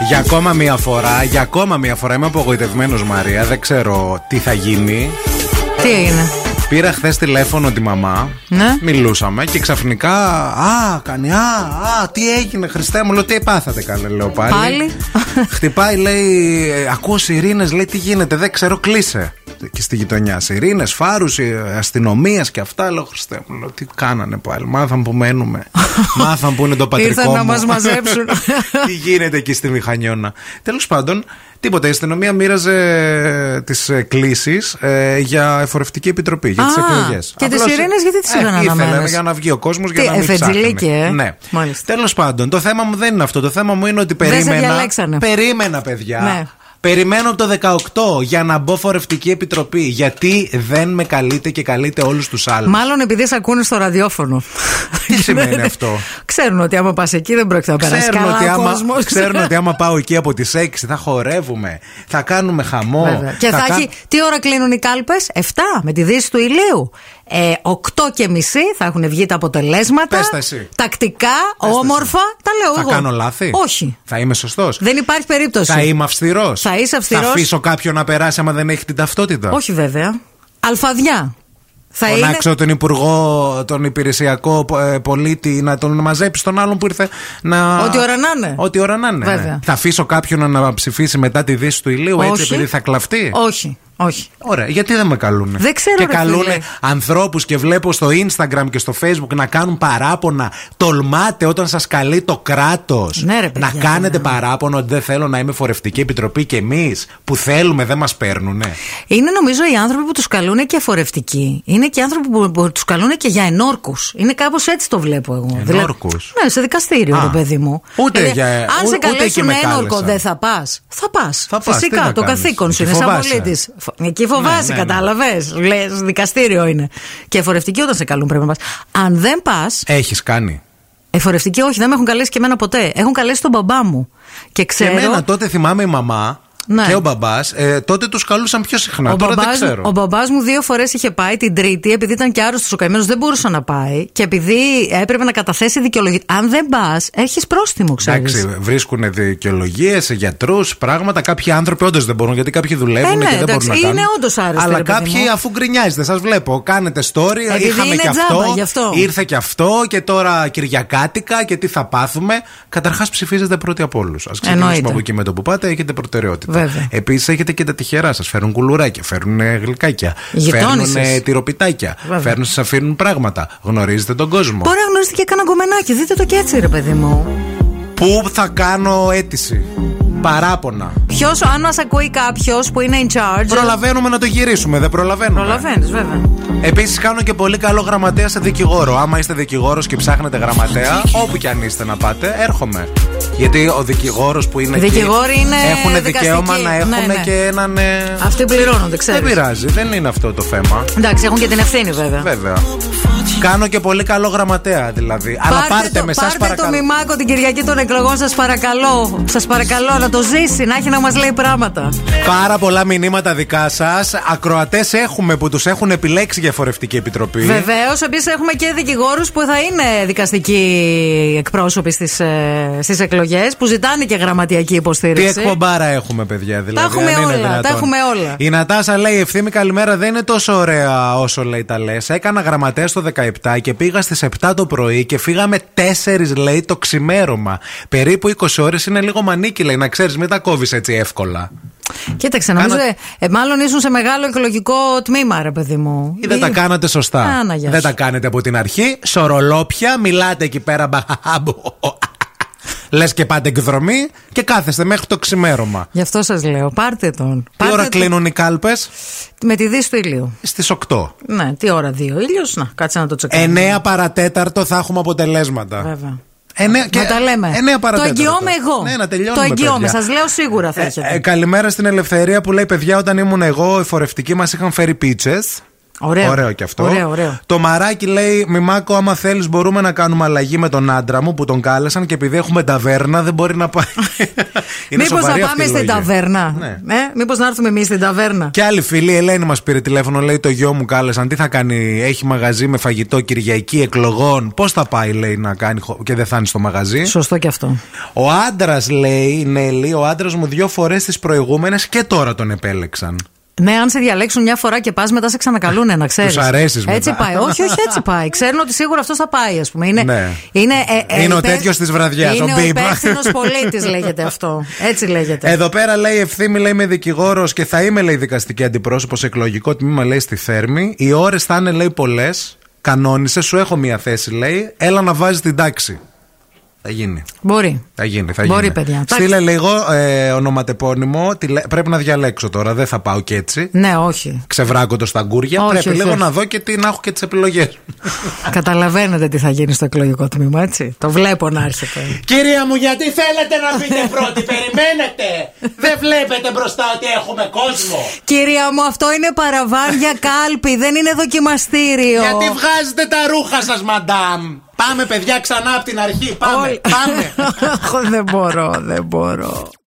Για ακόμα μία φορά, για ακόμα μία φορά είμαι απογοητευμένος, Μαρία. Δεν ξέρω τι θα γίνει. Τι έγινε. Πήρα χθες τηλέφωνο τη μαμά. Ναι. Μιλούσαμε και ξαφνικά. Α, κάνει. Α, α, τι έγινε, Χριστέ μου, λέω τι πάθατε, καλέ, λέω πάλι. Πάλι. Χτυπάει, λέει. Ακούω σιρήνες, λέει τι γίνεται, δεν ξέρω, κλείσε. Και στη γειτονιά. Σιρήνε, φάρου, αστυνομίας και αυτά. Λέω Χριστέ μου, λέω τι κάνανε πάλι. Μάθαν που μένουμε. Μάθαν που είναι το πατρικό. Ήρθαν να μου. μας μαζέψουν. τι γίνεται εκεί στη Μηχανιώνα. Τέλος πάντων, τίποτα. Η αστυνομία μοίραζε ε, τι κλήσει ε, για εφορευτική επιτροπή, για τις Α, εκλογές. και τις σιρήνες γιατί τις είχαν αναμένες? ε, για να βγει ο κόσμος, για Τι, να μην εφετζιλίκι, ψάχνει. ε. Ναι. Μάλιστα. Τέλος πάντων, το θέμα μου δεν είναι αυτό. Το θέμα μου είναι ότι Δεν σε περίμενα. διαλέξανε. Περίμενα, παιδιά. Ναι. Περιμένω από το 18 για να μπω φορευτική επιτροπή. Γιατί δεν με καλείτε και καλείτε όλους τους άλλους. Μάλλον επειδή σε ακούνε στο ραδιόφωνο. Τι σημαίνει αυτό? Ξέρουν ότι άμα πας εκεί δεν πρόκειται να περάσει. Ξέρουν Καλά ότι, ο άμα, κόσμος. ξέρουν ότι άμα πάω εκεί από τις 6 θα χορεύουμε, θα κάνουμε χαμό. Βέβαια. Και θα, κα- έχει. Τι ώρα κλείνουν οι κάλπες, 7 με τη δύση του ηλίου. Ε, 8 και μισή θα έχουν βγει τα αποτελέσματα. Πες τα εσύ. Τακτικά, τα εσύ. όμορφα. Τα λέω Θα Ε, εγώ. κάνω λάθη. Όχι. Θα είμαι σωστός. Δεν υπάρχει περίπτωση. Θα είμαι αυστηρός. Θα είσαι αυστηρός. Θα αφήσω κάποιον να περάσει άμα δεν έχει την ταυτότητα. Όχι βέβαια. Αλφαδιά. Θα είναι. Φωνάξω τον υπουργό, τον υπηρεσιακό ε, πολίτη να τον μαζέψεις τον άλλον που ήρθε να. Ό,τι ώρα να είναι. Ό,τι ώρα να είναι. Βέβαια. ναι. Θα αφήσω κάποιον να ψηφίσει μετά τη δύση του ηλίου έτσι Όχι. επειδή θα κλαφτεί. Όχι. Όχι. Ωραία, γιατί δεν με καλούνε. Δεν ξέρω, Και ρε καλούνε φίλε. ανθρώπους και βλέπω στο Instagram και στο Facebook να κάνουν παράπονα. Τολμάτε όταν σας καλεί το κράτος Ναι, ρε, παιδιά, να κάνετε ναι. παράπονο ότι δεν θέλω να είμαι φορευτική επιτροπή και εμείς που θέλουμε δεν μας παίρνουνε. Είναι νομίζω οι άνθρωποι που τους καλούν και αφορευτικοί. Είναι και οι άνθρωποι που, που τους καλούν και για ενόρκους. Είναι κάπως έτσι το βλέπω εγώ. Δηλα- Ενόρκους? Ναι, σε δικαστήριο, Α. ρε παιδί μου. Ε, Ούτε για- Αν ού- σε ούτε εκεί καλέσουν με ένορκο, κάλεσαν. δεν θα πας. Θα πας. Θα πας, τι Φυσικά, να το κάνεις. καθήκον σου Εκεί είναι σαν φοβάσαι. πολίτης. Εκεί φοβάσαι, ναι, ναι. κατάλαβες. Λες, δικαστήριο είναι. Και εφορευτική όταν σε καλούν πρέπει να πας. Αν δεν πας, Έχεις κάνει. εφορευτική όχι, δεν με έχουν καλέσει και εμένα ποτέ. Έχουν καλέσει τον μπαμπά μου. Και Και ξέρω. εμένα τότε θυμάμαι η μαμά Ναι. και ο μπαμπάς ε, τότε τους καλούσαν πιο συχνά. Ο Τώρα μπαμπάς, δεν ξέρω. ο μπαμπάς μου δύο φορές είχε πάει την Τρίτη, επειδή ήταν και άρρωστος ο καημένος, δεν μπορούσε να πάει. Και επειδή έπρεπε να καταθέσει δικαιολογία. Αν δεν πας, έχεις πρόστιμο, Εντάξει, ξέρει. βρίσκουν δικαιολογίες, γιατρούς, πράγματα. Κάποιοι άνθρωποι όντως δεν μπορούν, γιατί κάποιοι δουλεύουν Ε, ναι, και δεν εντάξει, μπορούν να είναι κάνουν. όντως άρρωστοι, Αλλά ρε παιδί κάποιοι, μου. αφού γκρινιάζετε, σας βλέπω, κάνετε story. Επειδή είχαμε είναι και τζάμπα, αυτό, γι' αυτό. Ήρθε και αυτό και τώρα Κυριακάτικα και τι θα πάθουμε. Καταρχάς ψηφίζετε πρώτοι από όλους. Ας ξεκινήσουμε Εννοείται. από εκεί με το που πάτε, έχετε προτεραιότητα. Βέβαια. Επίσης έχετε και τα τυχερά σας. Φέρνουν κουλουράκια, φέρνουν ε, γλυκάκια, Γειτόνισσες. φέρνουν ε, τυροπιτάκια, Βέβαια. φέρνουν, σας αφήνουν πράγματα. Γνωρίζετε τον κόσμο. Μπορεί να γνωρίζετε και κανένα κομμενάκι, δείτε το και έτσι, ρε παιδί μου. Πού θα κάνω αίτηση. Παράπονα. Ποιος, αν μας ακούει κάποιος που είναι in charge. Προλαβαίνουμε να το γυρίσουμε, δεν προλαβαίνουμε. Προλαβαίνεις, βέβαια. Επίσης, κάνω και πολύ καλό γραμματέα σε δικηγόρο. Άμα είστε δικηγόρος και ψάχνετε γραμματέα, όπου κι αν είστε να πάτε, έρχομαι. Γιατί ο δικηγόρος που είναι Οι δικηγόροι εκεί είναι έχουν δικαίωμα δικαστικοί. να έχουν Ναι, ναι. και έναν. ε, Αυτοί πληρώνονται, Δεν ξέρεις. πειράζει, δεν είναι αυτό το θέμα. Εντάξει, έχουν και την ευθύνη, βέβαια. Βέβαια. Κάνω και πολύ καλό γραμματέα δηλαδή. Αλλά πάρτε το, με, σας πάρτε το παρακαλώ. μημάκο την Κυριακή των εκλογών, σας παρακαλώ. Σας παρακαλώ να το ζήσει, να έχει να μας λέει πράγματα. Πάρα πολλά μηνύματα δικά σας. Ακροατές έχουμε που τους έχουν επιλέξει για φορευτική επιτροπή. Βεβαίως, επίσης έχουμε και δικηγόρους που θα είναι δικαστικοί εκπρόσωποι στις εκλογές, που ζητάνε και γραμματιακή Τι υποστήριξη. εκπομπάρα έχουμε, παιδιά, δηλαδή. έχουμε αν είναι όλα, δυνατόν. τα έχουμε όλα. Η Νατάσα λέει: Ευθύμη, καλημέρα. Δεν είναι τόσο ωραία όσο λέει τα λες. Έκανα γραμματέα το 17 και πήγα στις 7 το πρωί και φύγαμε 4 λέει το ξημέρωμα. Περίπου 20 ώρες είναι λίγο μανίκι, λέει. Να ξέρεις, μην τα κόβεις έτσι εύκολα. Κοίταξε, νομίζω. Κάνα- ε, ε, μάλλον ήσουν σε μεγάλο εκλογικό τμήμα, ρε παιδί μου. Ή δεν τα κάνατε σωστά. Άνα, γεια δεν σου. τα κάνετε από την αρχή. Σορολόπια, μιλάτε εκεί πέρα μπαχαμπο. Λες και πάτε εκδρομή και κάθεστε μέχρι το ξημέρωμα. Γι' αυτό σας λέω, πάρτε τον. Τι Πάρτε ώρα τον. κλείνουν οι κάλπες, Με τη δύση του ήλιου. στις 8. Ναι, τι ώρα, δύο ήλιος. Να, κάτσε να το τσεκάρω. 9 Ε, παρατέταρτο θα έχουμε αποτελέσματα. Ε, Βέβαια. Εννέα, Να τα λέμε. 9 το παρατέταρτο. εγγυώμαι εγώ. Ναι, να τελειώνουμε. το εγγυώμαι. παιδιά. Σας λέω σίγουρα θα έχετε. Ε, καλημέρα στην Ελευθερία που λέει: Παιδιά, όταν ήμουν εγώ, οι φορευτικοί μας είχαν φέρει πίτσες. Ωραίο. και αυτό. Ωραίο, ωραίο. Το μαράκι λέει: Μιμάκο, άμα θέλεις, μπορούμε να κάνουμε αλλαγή με τον άντρα μου που τον κάλεσαν και επειδή έχουμε ταβέρνα, δεν μπορεί να πάει. Είναι Μήπως να σοβαρή αυτή πάμε η στην λογική. ταβέρνα. Ναι. Ε, Μήπως να έρθουμε εμείς στην ταβέρνα. Και άλλη φίλη, η Ελένη μας πήρε τηλέφωνο, λέει: Το γιο μου κάλεσαν. Τι θα κάνει, έχει μαγαζί με φαγητό Κυριακή εκλογών. Πώς θα πάει, λέει, να κάνει χο- και δεν θα είναι στο μαγαζί. Σωστό και αυτό. Ο άντρας, λέει η Νέλη, ο άντρας μου δύο φορές τις προηγούμενες και τώρα τον επέλεξαν. Ναι, αν σε διαλέξουν μια φορά και πας, μετά σε ξανακαλούν να ξέρει. Τους αρέσεις μετά. Έτσι πάει. όχι, όχι, έτσι πάει. Ξέρουν ότι σίγουρα αυτός θα πάει, ας πούμε. Είναι, Ναι. είναι, ε, ε, Είναι ο υπε- τέτοιος της βραδιάς, Είναι ο ο Μπίμπα. Ε- υπεύθυνος πολίτης, λέγεται αυτό. Έτσι λέγεται. Εδώ πέρα λέει ευθύμη, λέει είμαι δικηγόρος και θα είμαι λέει δικαστική αντιπρόσωπος σε εκλογικό τμήμα, λέει στη Θέρμη. Οι ώρες θα είναι, λέει, πολλές. Κανόνισε, σου έχω μία θέση, λέει. Έλα να βάζεις την τάξη. Θα γίνει. Μπορεί. Θα γίνει, θα γίνει. Μπορεί, παιδιά. Στείλε λίγο ε, ονοματεπώνυμο. τηλε- Πρέπει να διαλέξω τώρα. Δεν θα πάω και έτσι. Ναι, όχι. Ξεβράκοντο στα γκούρια. Όχι, Πρέπει όχι, λίγο όχι. να δω και τι να έχω και τις επιλογές. Καταλαβαίνετε τι θα γίνει στο εκλογικό τμήμα, έτσι. Το βλέπω να έρχεται. Κυρία μου, γιατί θέλετε να μπείτε πρώτοι, περιμένετε. Δεν βλέπετε μπροστά ότι έχουμε κόσμο. Κυρία μου, αυτό είναι παραβάν για κάλπη, δεν είναι δοκιμαστήριο. Γιατί βγάζετε τα ρούχα σας, μαντάμ. Πάμε, παιδιά, ξανά από την αρχή. Πάμε, Όλοι- πάμε. δεν μπορώ, δεν μπορώ.